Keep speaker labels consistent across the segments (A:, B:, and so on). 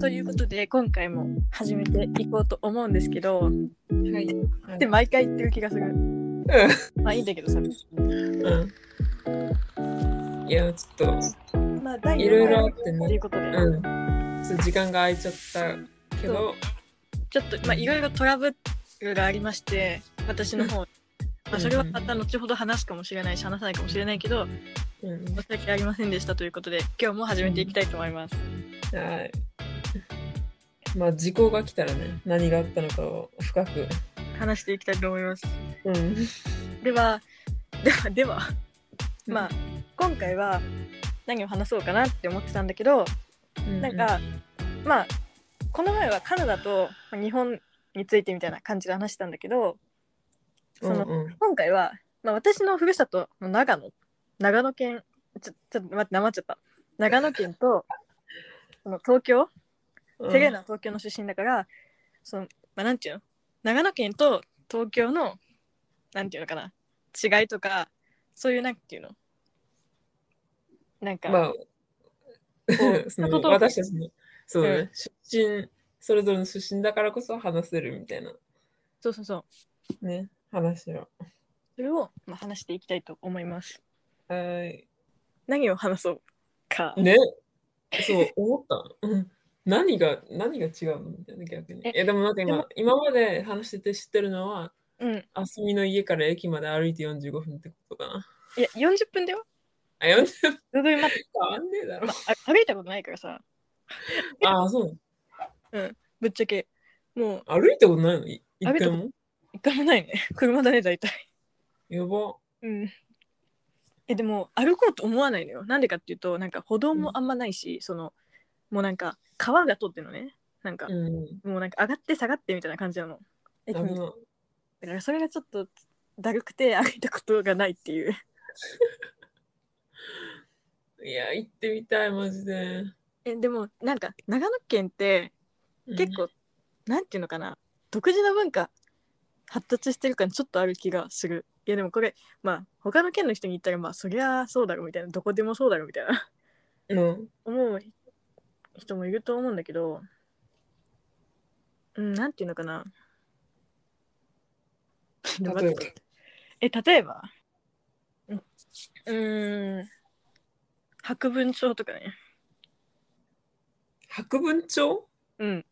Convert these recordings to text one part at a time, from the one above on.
A: ということで今回も始めていこうと思うんですけど
B: はい。
A: で毎回言ってる気がする
B: う
A: まあいいんだけどさ
B: ん。うん。いや、ちょっ
A: まあ第
B: と、
A: 4
B: いろいろ
A: 回
B: あって
A: とい
B: ね。
A: うことで、
B: うん。ちょっと時間が空いちゃったけど、
A: ちょっとまあいろいろトラブルがありまして私の方にまあそれはまた後ほど話すかもしれないし話さないかもしれないけど
B: うん。
A: 申し訳ありませんでしたということで今日も始めていきたいと思います
B: はい。まあ、時効が来たらね、何があったのかを深く。
A: 話していきたいと思います
B: うん。
A: ではではではまあ今回は何を話そうかなって思ってたんだけど
B: う、
A: なんか、まあこの前はカナダとまあ日本についてみたいな感じで話したんだけど
B: う
A: そ
B: んう
A: の、
B: ん、うん
A: 今回は、まあ、私のふるさとの長野長野県ちょちょっと待って黙っちゃった長野県 とその東京
B: うん。
A: セレーナは東京の出身だから、そのまあなんていうの長野県と東京のなんていうのかな違いとかそういうなんていうのなんか、
B: まあ、
A: う
B: その
A: 里と
B: 私たちの、そうだね、出身、それぞれの出身だからこそ話せるみたいな、
A: そうそうそう
B: ね、話を。
A: それを、まあ、話していきたいと思います
B: はい。
A: 何を話そうか
B: ね、そう、思った。うん何が、何が違うのみたいな、逆に。
A: え
B: え、でも待って、
A: で
B: 今
A: も、
B: 今まで話してて知ってるのは、
A: うん
B: あすみの家から駅まで歩いて45分ってことかな。
A: いや40分だよ
B: あ、40分
A: 全然待って、
B: 変わんねえだろ
A: ま。あ、歩いたことないからさ
B: あ、そう。
A: ぶっちゃけもう
B: 歩いたことないのい一
A: 歩いた
B: 回
A: こ
B: も
A: 一回もないね 車だね大体
B: やば。
A: うんえでも歩こうと思わないのよなんでかっていうとなんか歩道もあんまないし、そのもうなんか川が通ってるのねなんか、
B: うん。
A: もうなんか上がって下がってみたいな感じなの駅
B: 危
A: に
B: ない。
A: だからそれがちょっとだるくて歩いたことがないっていう
B: いや、行ってみたい、マジで。
A: えでもなんか長野県って結構、なんていうのかな独自の文化発達してる感ちょっとある気がするいやでもこれまあ他の県の人に言ったらまあそりゃそうだろうみたいなどこでもそうだろうみたいな
B: うん、うん。
A: 思う人もいると思うんだけどうんなんていうのかなちょっと待ってえ例えばうんうーん白文鳥とかね
B: 白文鳥
A: うん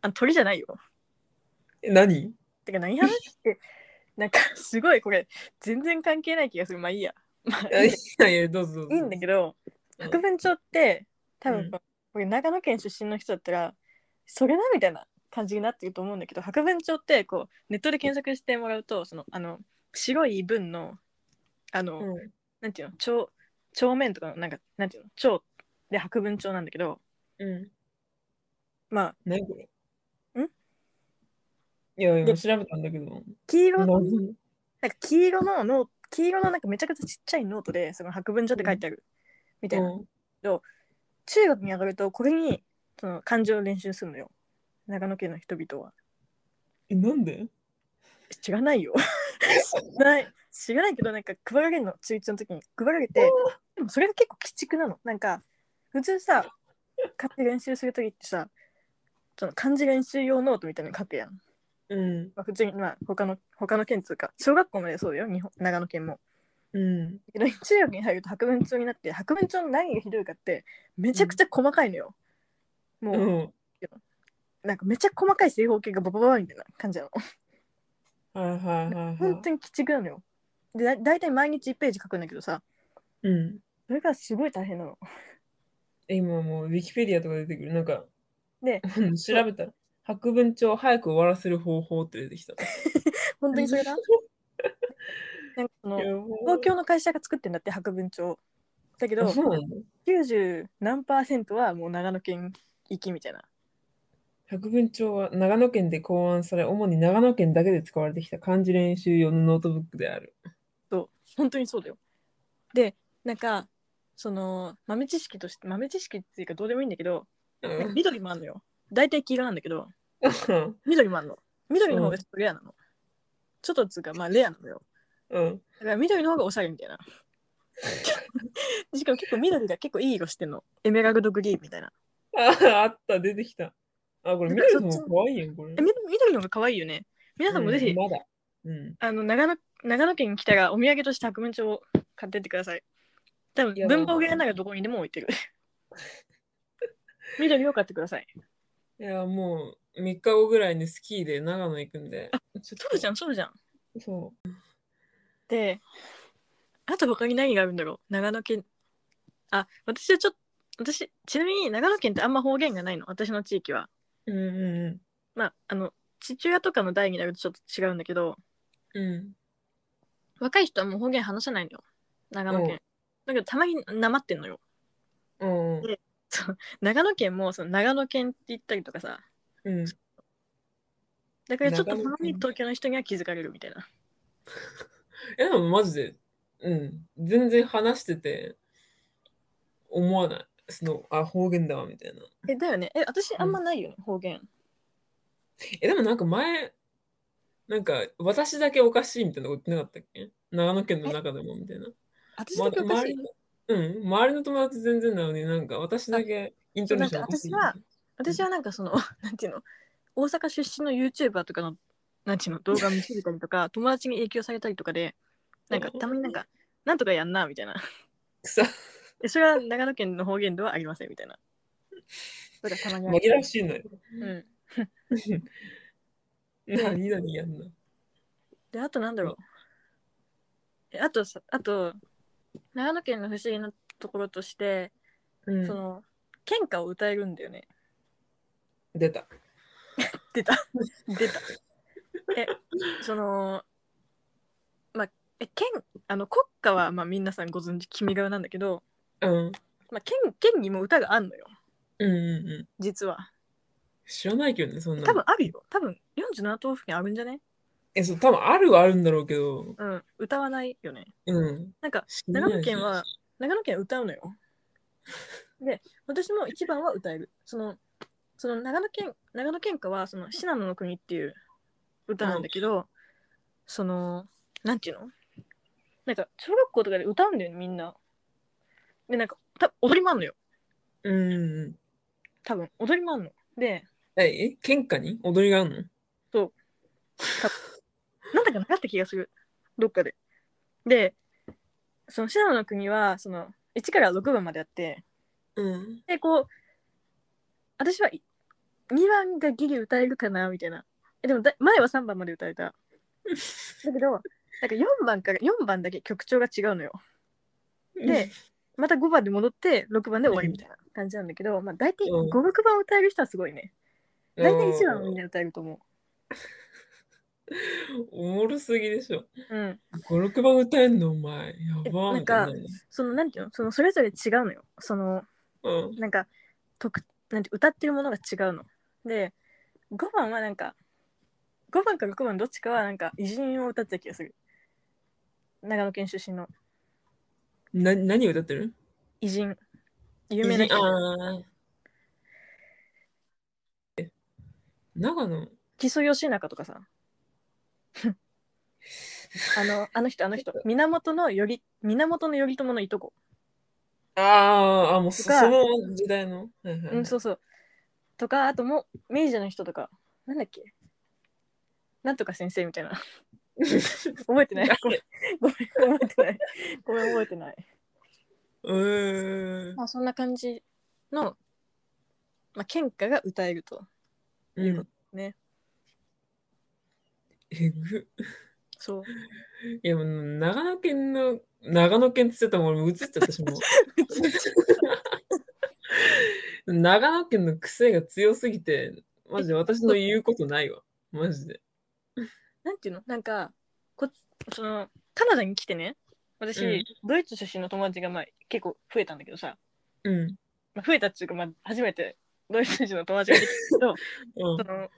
A: あ鳥じゃないよ
B: え、 何
A: てか何話してなんかすごいこれ全然関係ない気がするまあいいやまあ
B: あ
A: いい
B: いやいや、どうぞどうぞ。
A: いいんだけど
B: うん
A: 白文鳥って多
B: う
A: 分
B: ん
A: こう、れ長野県出身の人だったらそれなみたいな感じになってると思うんだけど白文鳥ってこうネットで検索してもらうとそのあの白い文のあの、
B: うん
A: なんていうの帳帳面とかのなんかなんていうの帳で白文鳥なんだけど
B: うん。
A: まあ
B: 何これ
A: ん
B: いや、
A: で
B: 今調べたんだけど。
A: 黄色の
B: 何
A: なんか黄色のノー黄色のなんかめちゃくちゃちっちゃいノートでその白文書って書いてあるみたいな、
B: うん
A: 中学に上がるとこれにその漢字を練習するのよ長野県の人々は
B: え、なん で
A: 知らないよ知らない知らないけどなんか配られるの中1の時に配られてでもそれが結構鬼畜なのなんか普通さ買って練習する時ってさその漢字練習用ノートみたいなの書くやん、
B: うん。
A: まあ、普通にまあ他の他の県つうか小学校までそうだよ日本長野県も
B: うん。
A: けど中学に入ると白文帳になって白文帳の何がひどいかってめちゃくちゃ細かいのよ、もう、
B: うん。
A: なんかめっちゃ細かい正方形がババババみたいな感じなの
B: はいはいはいはい。
A: 本当に鬼畜なのよでだ大体毎日1ページ書くんだけどさ
B: うん。
A: それがすごい大変なの
B: え、今もう、ウィキペディアとか出てくる。なんか、
A: で
B: うん調べたら、白文鳥を早く終わらせる方法って出てきた。
A: 本当にそれ ななんかその
B: やば
A: 東京の会社が作ってんだって白文帳だけ
B: あ
A: ど
B: そうなんだ。
A: 90何パーセントはもう長野県行きみたいな
B: 百文鳥は長野県で考案され、主に長野県だけで使われてきた漢字練習用のノートブックである。
A: 本当にそうだよでなんかその豆知識として豆知識っていうかどうでもいいんだけど
B: う
A: なんか
B: ん
A: 緑もあんのよ大体黄色なんだけど
B: うん
A: 緑もあんの緑の方がちょっとレアなの、ちょっとっつうかまあレアなのよ
B: うん。
A: だから緑の方がおしゃれみたいな しかも結構緑が結構いい色してんのエメラルドグリーンみたいな
B: ああった、出てきた。あ、これ、
A: なん
B: 見
A: か
B: るの
A: そっち
B: も可愛いやん、これ。
A: えみ緑の方が可愛いよね皆さんもぜひ、
B: うんまだ。うん。
A: あの長野長野県に来たらお土産として白文鳥を買ってってください多分
B: いや
A: 文房具屋ならどこにでも置いてる 緑を買ってください
B: いや、もう、3日後ぐらいにスキーで長野行くんで。ちょっと
A: そうじゃんそうじゃん
B: そ
A: であと他に何があるんだろう長野県あ私はちょっと私ちなみに長野県ってあんま方言がないの私の地域は
B: う。うんう
A: まああの父親とかの代になるとちょっと違うんだけど
B: んうん。うん。
A: 若い人はもう方言話さないのよ長野県だけどたまになまってんのよ
B: うんうん
A: そう長野県もその長野県って言ったりとかさ
B: うん。
A: だからちょっとた
B: 長野県
A: まに東京の人には気づかれるみたいな
B: え、でもマジで、うん。全然話してて、思わない。その、あ、方言だわ、みたいな。
A: えだよねえ私あんまないよね、方言
B: え、でもなんか前、なんか、私だけおかしいみたいなこと言ってなかったっけ長野県の中でも、みたいな。
A: 私
B: ま
A: だけおか
B: 周
A: しい
B: りのうん、周りの友達全然なのになんか私だけイントネーションおかしい
A: そうなんか私はなんかその なんていうの大阪出身の YouTuber とかのなんていうの動画見せたりとか友達に影響されたりとかでなんかたまになんかなんとかやんなみたいな
B: くさ
A: えそれは長野県の方言ではありませんみたいなそれがたまにある
B: 紛らわしいのよ。
A: うん、
B: 何々やんな。
A: であとなんだろうえあとさあと長野県の不思議なところとして、
B: うん
A: その喧嘩を歌えるんだよね
B: 出た。
A: 出 た出たえそのまあえ県あの国歌はまあ皆さんご存知君側なんだけど、
B: うん。
A: まあ、県県にも歌があんのよ
B: うんうんうん。
A: 実は
B: 知らないけどね、そんなの。
A: 多分あるよ多分47都道府県あるんじゃね
B: え、そう、多分あるはあるんだろうけど、
A: うん歌わないよね
B: うん。
A: なんか
B: 知らない
A: 長野県は、長野県は歌うのよで私も一番は歌えるそのその長野県長野県歌はその信濃の国っていう歌なんだけど、そのなんていうのなんか小学校とかで歌うんだよねみんなでなんかた踊りもあんのよ
B: うんうん。
A: 多分踊りもあんので
B: え、え喧嘩に踊りがあるの
A: なんだかなかった気がするどっかででその信濃の国はその1から6番まであって、
B: うん。
A: でこう私はい2番がギリ歌えるかなみたいなえでもだ前は3番まで歌えただけどなんか4番から4番だけ曲調が違うのよで、また5番で戻って6番で終わりみたいな感じなんだけど、まあ、大体
B: うん
A: 56番歌える人はすごいね大体1番はみんな歌えると思
B: おもろすぎでしょ。
A: ううん
B: 5、6番歌えんの、お前。やば
A: え
B: ー
A: なん
B: みた
A: か
B: いな。
A: そのなんていうのそのそれぞれ違うのよその
B: うん。
A: なんか特なんて歌ってるものが違うの。で5番はなんか5番か6番どっちかはなんか偉人を歌ってた気がする。長野県出身の
B: な、何を歌ってる
A: 偉人。有名な人。
B: あーえ長野
A: 木曽義仲とかさ。 あのあの人あの人源のより源の頼朝のいとこ、
B: あーあ、もうそ
A: とか
B: その時代の。はいはい
A: うん、そうそうとかあともう明治の人とかなんだっけなんとか先生みたい な覚えてない ごめんご めん覚えてないごめん覚えてないう
B: ーん
A: まあそんな感じの、まあ、喧嘩が歌えると。
B: うん
A: ね。
B: えぐ。
A: そう。
B: いや、もう長野県の、長野県って言ってたもん、俺映っちゃったし、 もう。長野県の癖が強すぎて、マジで私の言うことないわ。マジで。
A: なんていうのなんかこそのカナダに来てね私、
B: うん
A: ドイツ出身の友達が、まあ、結構増えたんだけどさ、
B: うん。
A: まあ、増えたっていうか、まあ、初めてドイツ人の友達ができたけど
B: うん
A: その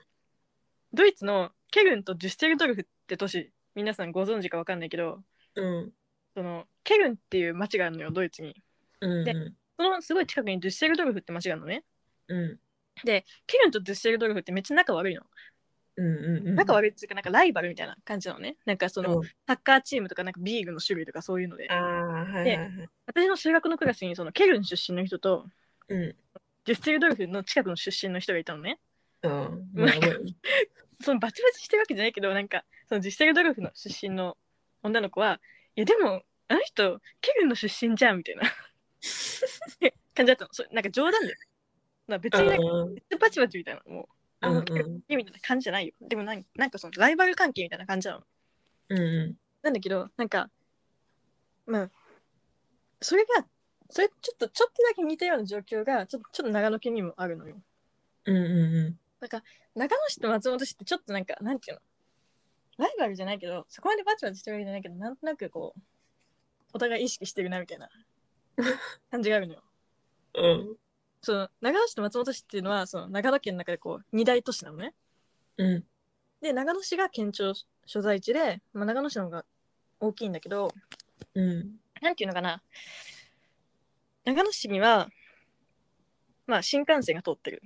A: ドイツのケルンとジュステルドルフって都市皆さんご存知かわかんないけど
B: うん。
A: そのケルンっていう町があるのよドイツに
B: うん。
A: でそのすごい近くにジュステルドルフって町があるのね
B: うん。
A: ケルンとジュステルドルフってめっちゃ仲悪いの
B: うん。うん。
A: 仲悪いっていうかなんかライバルみたいな感じなのねなんかその、
B: うん
A: サッカーチームとかなんかビーグの種類とかそういうので
B: ああ、はいはいはい。
A: 私の修学のクラスにそのケルン出身の人と
B: うん。
A: デュッセルドルフの近くの出身の人がいたのね
B: うん。まあやばい。
A: そのバチバチしてるわけじゃないけどなんかそのデュッセルドルフの出身の女の子はいやでもあの人ケルンの出身じゃんみたいな感じだったのそれなんか冗談だよまあ別になんか
B: うん
A: 別にバチバチみたいなもうあ
B: うん
A: のケルンみたいな感じじゃないよでもなんなんかそのライバル関係みたいな感じなの
B: うんう
A: なんだけどなんかまあそれがそれちょっとちょっとだけ似たような状況がちょっとちょっと長野県にもあるのよ
B: んうんう
A: 長野市と松本市ってちょっとなんかなんていうのライバルじゃないけどそこまでバチバチしてるわけじゃないけどなんとなくこうお互い意識してるなみたいな感じがあるのよ
B: んうん
A: その長野市と松本市っていうのはその長野県の中でこう二大都市なのね
B: うん
A: で長野市が県庁所在地で、まあ、長野市の方が大きいんだけど
B: うん
A: なんていうのかな長野市にはまあ新幹線が通ってる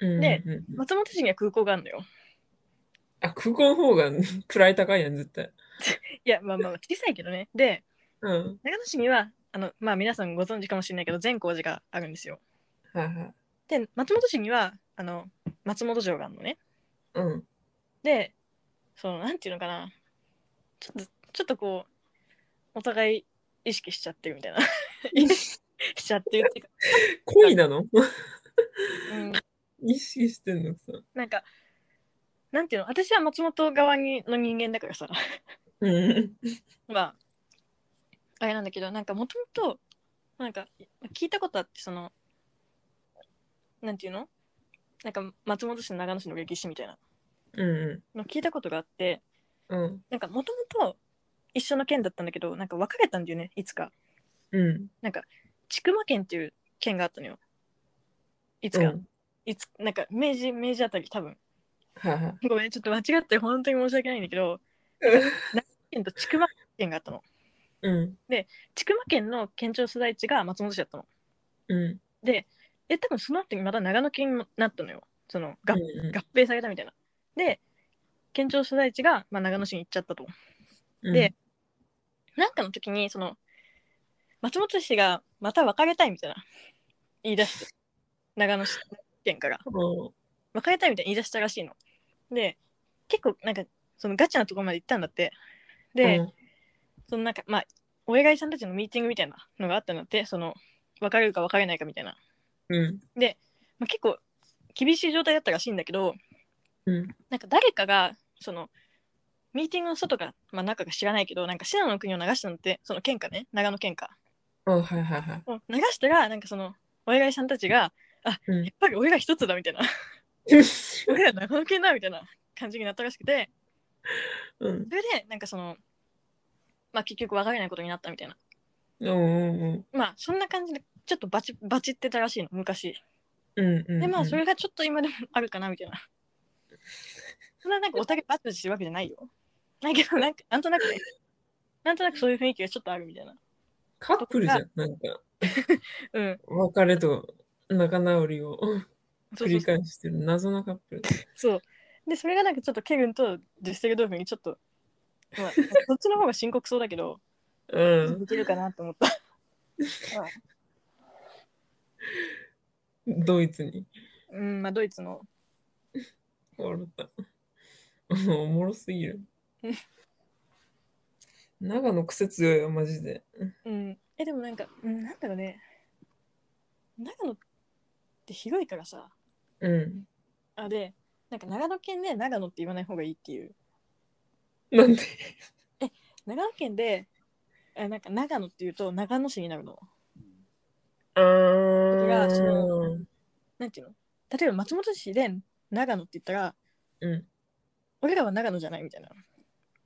B: うん
A: で
B: うんうん
A: 松本市には空港があるのよ
B: あ空港の方が位高いやん絶対
A: いやまあまあ小さいけどねで
B: うん
A: 長野市にはあのまあ皆さんご存知かもしれないけど善光寺があるんですよ
B: はいはい
A: で松本市にはあの松本城があるのね
B: うん
A: でそのなんていうのかなちょっとちょっとこうお互い意識しちゃってるみたいな意識しちゃってるっていうか、
B: 恋なの
A: うん、
B: 意識してんのさ
A: なんかなんていうの私は松本側にの人間だからさ
B: うん
A: まああれなんだけどなんかもともとなんか聞いたことあってそのなんていうのなんか松本市の長野市の歴史みたいな
B: うん
A: の聞いたことがあって
B: うん
A: なんかもともと一緒の県だったんだけどなんか別れたんだよねいつか
B: うん
A: 千曲県っていう県があったのよいつ
B: う
A: か、
B: ん
A: いつなんか明治明治あたり多分
B: はいはい
A: ごめんちょっと間違って本当に申し訳ないんだけど県と千曲県があったの
B: うん
A: 千曲県の県庁所在地が松本市だったの
B: うん
A: で多分その後にまた長野県になったのよその合,、
B: うん
A: 合併されたみたいなで県庁所在地が、まあ、長野市に行っちゃったと
B: うん
A: でなんかの時にその松本市がまた別れたいみたいな言い出して長野市県から
B: うん
A: 別れたいみたいな言い出したらしいので結構なんかそのガチなところまで行ったんだってで、
B: うん
A: そのなんかまあお偉いさんたちのミーティングみたいなのがあったんだってその別れるか別れないかみたいな、
B: うん
A: まあ、結構厳しい状態だったらしいんだけど、
B: うん
A: なんか誰かがそのミーティングの外か、まあ、中か知らないけどなんか信濃の国を流したのってその県下ね長野県下
B: あはいはいはい
A: を流したらなんかそのお偉いさんたちがあ、
B: うん
A: やっぱり俺が一つだみたいな 俺ら長野県だみたいな感じになったらしくて
B: うん
A: それでなんかそのまあ結局別れないことになったみたいな
B: うんうん
A: まあそんな感じでちょっとバチバチってたらしいの昔
B: うんうん
A: でまあそ
B: れ
A: れがちょっと今でもあるかなみたいな そんななんかお互いバチバチしてるわけじゃないよだけどなんかなんとなくねなんとなくそういう雰囲気がちょっとあるみたいな
B: カップルじゃんなんか
A: うん
B: 別れと仲直りを
A: そ
B: 繰
A: うそう
B: り
A: そう
B: 返してる謎のカップル
A: そうでそれがなんかちょっとケグンとデュッセルドルフにちょっと、まあ、 そっちの方が深刻そうだけど
B: うん
A: できるかなと思った
B: ドイツに
A: うんまあドイツの
B: 笑った。 おもろすぎる。長野癖強いよ、マジで。
A: うんえでもなんか、うん、なんだろうね長野って広いからさ
B: うん。
A: あでなんか長野県で長野って言わない方がいいっていう
B: なんで
A: 長野県でえなんか長野っていうと長野市になるの
B: あ
A: らそ
B: ー
A: のなんていうの例えば松本市で長野って言ったら
B: うん。
A: 俺らは長野じゃないみたいな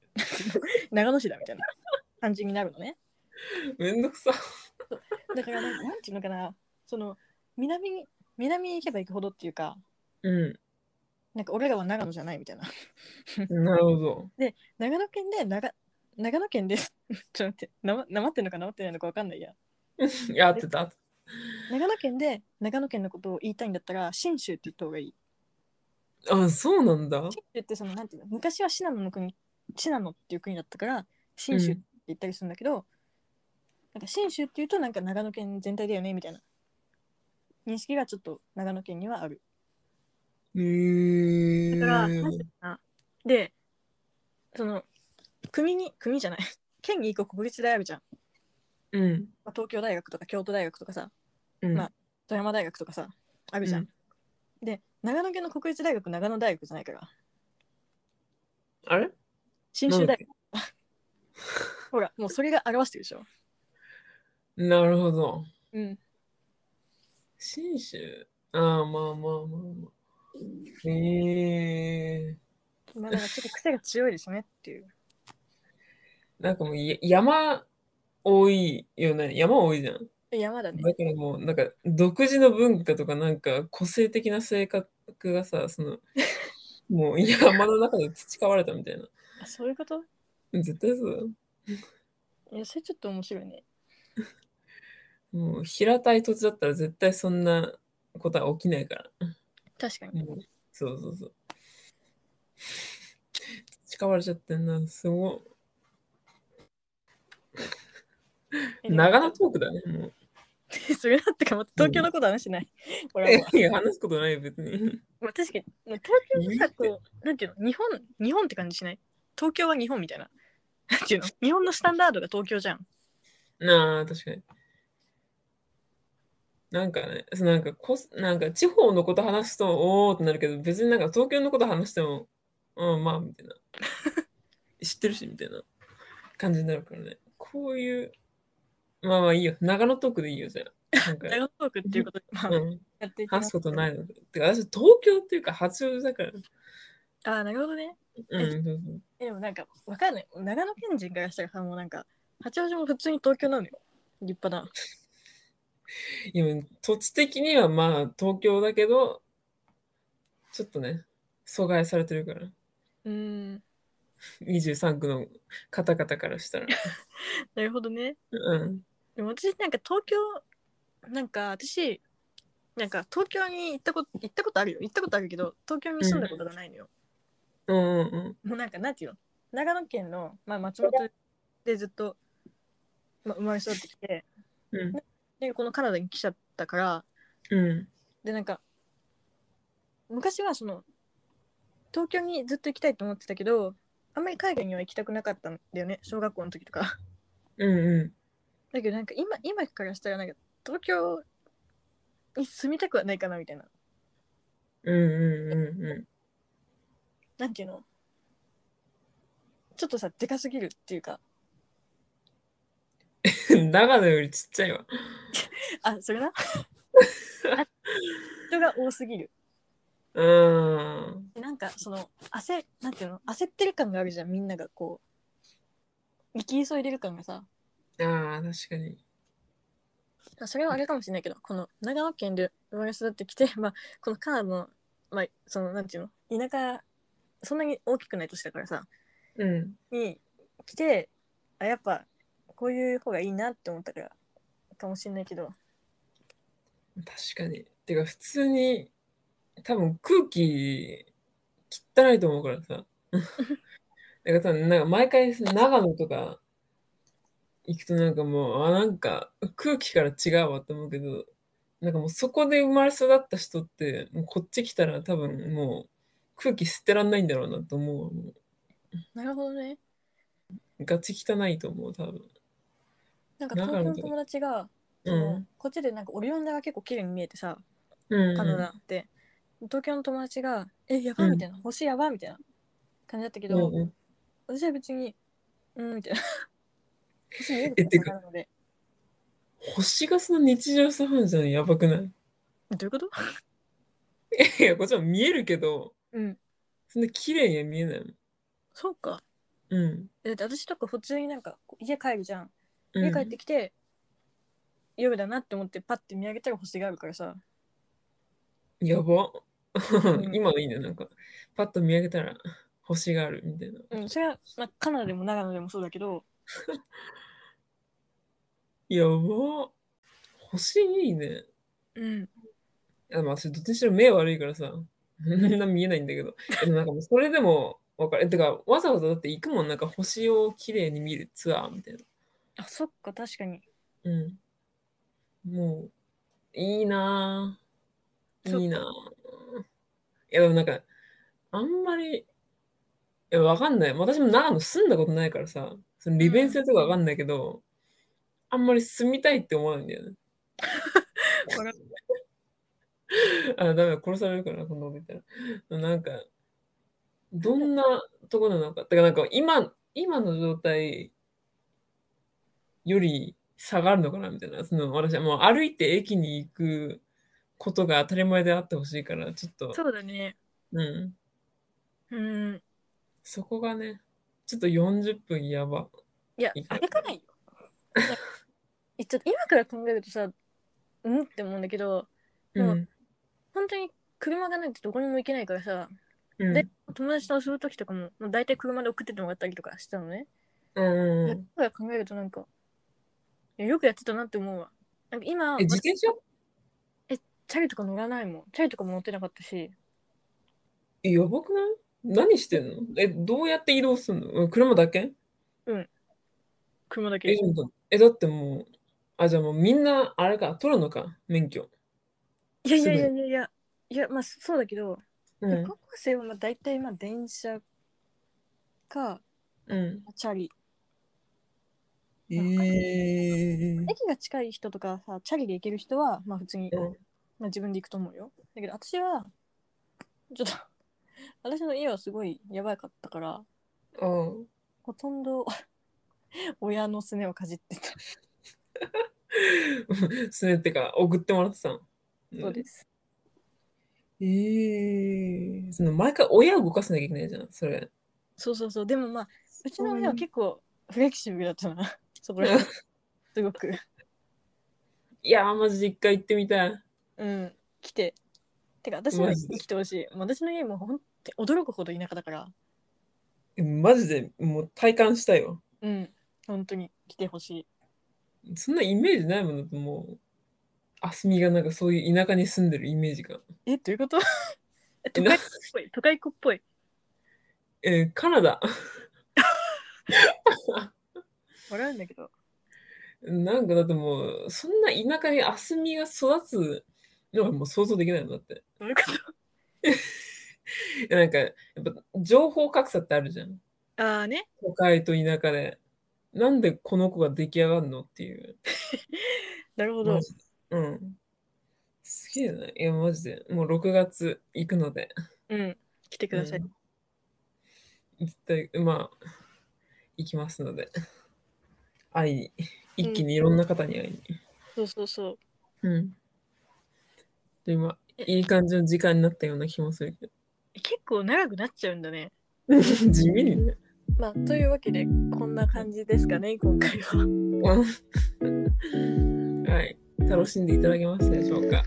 A: 長野市だみたいな感じになるのね
B: めんどくさ。
A: だからなんかなんていうのかなその南に南に行けば行くほどっていうか
B: うん。
A: なんか俺らは長野じゃないみたいな
B: なるほど。
A: 長野県で長長野県です ちょっと待ってなまなまってんのかなまってないのかわかんないや
B: いや、合ってた。合ってた
A: 長野県で長野県のことを言いたいんだったら信州って言った方がいい
B: あ、そうなんだ。
A: 信州ってそのなんていうの昔は信濃の国信濃っていう国だったから信州って言ったりするんだけど、なんか信州っていうとなんか長野県全体だよねみたいな認識がちょっと長野県にはある。
B: へ
A: だから、
B: ー
A: なんていうかなで、その、国に、国じゃない、 県に行く国立大あるじゃん。
B: うん。
A: まあ、東京大学とか京都大学とかさ、
B: うん。
A: まあ富山大学とかさ、あるじゃん。で、長野県の国立大学、長野大学じゃないから、
B: あれ
A: 信州大学。 ほら、もうそれが表してるでしょ。
B: なるほど。
A: うん。
B: 信州ああ、まあまあまあまあ。へえ
A: まあ、なんかちょっと癖が強いですねっていう。
B: なんかもうや山多いよね。山多いじゃん。
A: 山だね。
B: だからもうなんか独自の文化とかなんか個性的な性格がさ、そのもう山の中で培われたみたいな。
A: あそういうこと
B: 絶対そうだよ。
A: いや、それちょっと面白いね。
B: もう平たい土地だったら絶対そんなことは起きないから。
A: 確かに。
B: もうそうそうそう。培われちゃってんな、すごい。
A: えでも
B: 長野トークだね、もう。
A: それだってか、また東京のこと話しない。 ほら、も
B: いや話すことないよ、別に。
A: うまあ、確かに、もう東京のさ、こう、なんていうの、日本、日本って感じしない東京は日本みたいな。 なんていうの日本のスタンダードが東京じゃん。
B: なあ、確かに。なんかね、そうなんかこす、なんか地方のこと話すと、おーってなるけど、別になんか東京のこと話しても、うん、まあ、みたい な。知ってるし、みたいな感じになるからね。こういう、まあまあいいよ。長野トークでいいよ、じゃあ。な んか
A: 大、学トークっていうことで、まあ、
B: うん、
A: やっていきま
B: 話
A: す
B: すことないので。てか、私、東京っていうか、八王子だから。
A: ああ、なるほどね。
B: うん、そうそう。
A: えでもなんか、わかんない。長野県人からしたらさ、もうなんか、八王子も普通に東京なのよ。立派な。
B: いや土地的にはまあ東京だけどちょっとね阻害されてるから
A: うーん。
B: 23区の方々からしたら
A: なるほどね。
B: うん
A: でも私、なんか東京、なんか私、なんか東京に行ったこと、行ったことあるよ。行ったことあるけど、東京に住んだことがないのよ。
B: うんうん
A: もうなんかなんていうの長野県の、まあ、松本でずっと、まあ、生まれ育ってきて
B: うん
A: でこのカナダに来ちゃったから
B: うん
A: でなんか昔はその東京にずっと行きたいと思ってたけどあんまり海外には行きたくなかったんだよね小学校の時とか
B: うんう
A: だけどなんか今今からしたらなんか東京に住みたくはないかなみたいなん
B: うんうんうんう
A: なんていうのちょっとさでかすぎるっていうか
B: んうん 長野よりちっちゃいわ
A: あそれなあ人が多すぎる
B: うん
A: なんかその焦なんていうの焦ってる感があるじゃんみんながこう生き急いでる感がさ
B: あー確かに
A: それはあれかもしれないけどこの長野県で生まれ育ってきて、 まあ、このカナダの,、まあ、そのなんていうの田舎そんなに大きくない年だからさ
B: うん
A: に来てあやっぱこういう方がいいなって思ったからかもしれないけど
B: 確かにてか普通に多分空気汚いと思うから さだから多分なんか毎回長野とか行くとなんかもうあなんか空気から違うわって思うけどなんかもうそこで生まれ育った人ってもうこっち来たら多分もう空気捨てらんないんだろうなと思うわも
A: なるほどね
B: うガチ汚いと思う多分
A: なんか東京の友達が、
B: う
A: その
B: ん
A: こっちでなんかオリオン座が結構綺麗に見えてさ、
B: うん
A: カナダって、東京の友達が「えやば」
B: うん
A: みたいな「星やば」みたいな感じだったけ
B: う
A: ど、
B: んうん
A: 私は別に「うん」みたいな 星見え
B: え
A: る
B: て
A: と
B: か
A: かなので
B: 星がその日常茶飯事なのやばくない
A: どういうこと
B: いやこっちは見えるけど
A: うん
B: そんな綺麗には見えないもん。
A: そうか
B: うん。
A: だって私とか普通になんかこう家帰るじゃん
B: うん
A: 家帰ってきて、夜だなって思ってパッて見上げたら星があるからさ
B: やば。
A: ん
B: 今のいいね。なんか、パッと見上げたら星があるみたいな。
A: うんそれは、まあ、カナダでも長野でもそうだけど
B: やば。星いいね。
A: うん
B: あ、まあ、私どっちにしろ目悪いからさ。そんな見えないんだけど。でもなんかもうそれでもわかる。えてか、わざわざだって行くもん。なんか星を綺麗に見るツアーみたいな。
A: あそっか確かに
B: うん。もう、いいなぁ。
A: そう
B: いいなぁ。いや、でもなんか、あんまり、いや、わかんない。私も長野住んだことないからさ、その利便性とかわかんないけど、あんまり住みたいって思わないんだよね。
A: わかる
B: あ、ダメだ、殺されるからな、こんなこと言ったら。 なんか、どんなとこなのか。だからなんか、今、今の状態より下がるのかな、みたいな。その、私はもう歩いて駅に行くことが当たり前であってほしいから、ちょっと、
A: そうだね。
B: うん。
A: うん。
B: そこがね、ちょっと40分やば。
A: いや
B: いい、か
A: あれかないよ。いやちょっと今から考えるとさ、うんって思うんだけど、
B: うん。
A: うん本当に車がないとどこにも行けないからさ、
B: うん。
A: で友達と遊ぶ時とかも、もう大体車で送ってってもらったりとかしてたのね。
B: うんう
A: だ
B: ん。
A: から考えるとなんか、いやよくやってたなって思うわ。なんか今、
B: え、自転車
A: チャリとか乗らないもん。チャリとかも乗ってなかったし、
B: えやばくない何してんのえ、どうやって移動すんのうん車だけ
A: 車だけ
B: え、でもえ、だってもう、あ、じゃあもうみんな、あれか、取るのか、免許。
A: いやいやいやいやいや、いや、まあそうだけど、
B: うん。
A: 高校生はまあ大体まあ電車か
B: うん。
A: チャリ。
B: えー、
A: 駅が近い人とかさ、チャリで行ける人はまあ普通に、
B: うん
A: まあ自分で行くと思うよ。だけど私は、ちょっと、 私の家はすごいやばかったから、
B: うん。
A: ほとんど親のすねをかじってた。
B: すねってか、送ってもらってたの。
A: そうです。
B: えー、その毎回親を動かさなきゃいけないじゃん、それ。
A: そうそうそう。でもまあ、うちの親
B: う
A: は
B: ん
A: 結構フレキシブルだったな。 そこら辺。すごく。
B: いやー、マジで一回行ってみたい。
A: うん、来て。てか、私の
B: マ
A: 家
B: ジで
A: に来てほしい。もう私の家も本当に驚くほど田舎だから、
B: えマジでもう体感したいわ。
A: うん、本当に来てほしい。
B: そんなイメージないもんだってもう、あすみがなんかそういう田舎に住んでるイメージが。
A: え、どういうことえ都会っぽい、都会っ子っぽい。
B: えーカナダ。
A: 笑うんだけど。
B: なんかだってもう、そんな田舎にアスミが育つのがもう想像できないんだって。
A: どういうこ
B: いやなんか、やっぱ情報格差ってあるじゃん。
A: とああね。
B: 都会と田舎で。なんでこの子が出来上がるのっていう。
A: なるほど
B: マ。ジでうん。すげえな。いや、マジで。もう6月行くので。
A: うん、来てください。
B: うん絶対、まあ、行きますので。会いに。一気にいろんな方に会いに。
A: そうそうそう。
B: うん。で今、いい感じの時間になったような気もするけど。
A: 結構長くなっちゃうんだね。
B: 地味に ね。
A: まあ、というわけで、こんな感じですかね、今回は。
B: はい。楽しんでいただけましたでしょうか。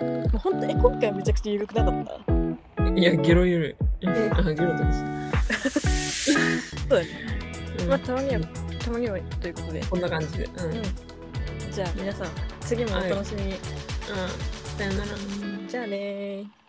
A: もう本当に、え今回はめちゃくちゃ緩くなかった。
B: いや、ゲロゆるい。あ、ゲロとかし
A: そうだね。
B: うん
A: まあ、たまには、たまにはということで。
B: こんな感じで。うん。うん。
A: じゃあ、皆さん、次もお楽しみに。
B: さよなら。
A: じゃあねー。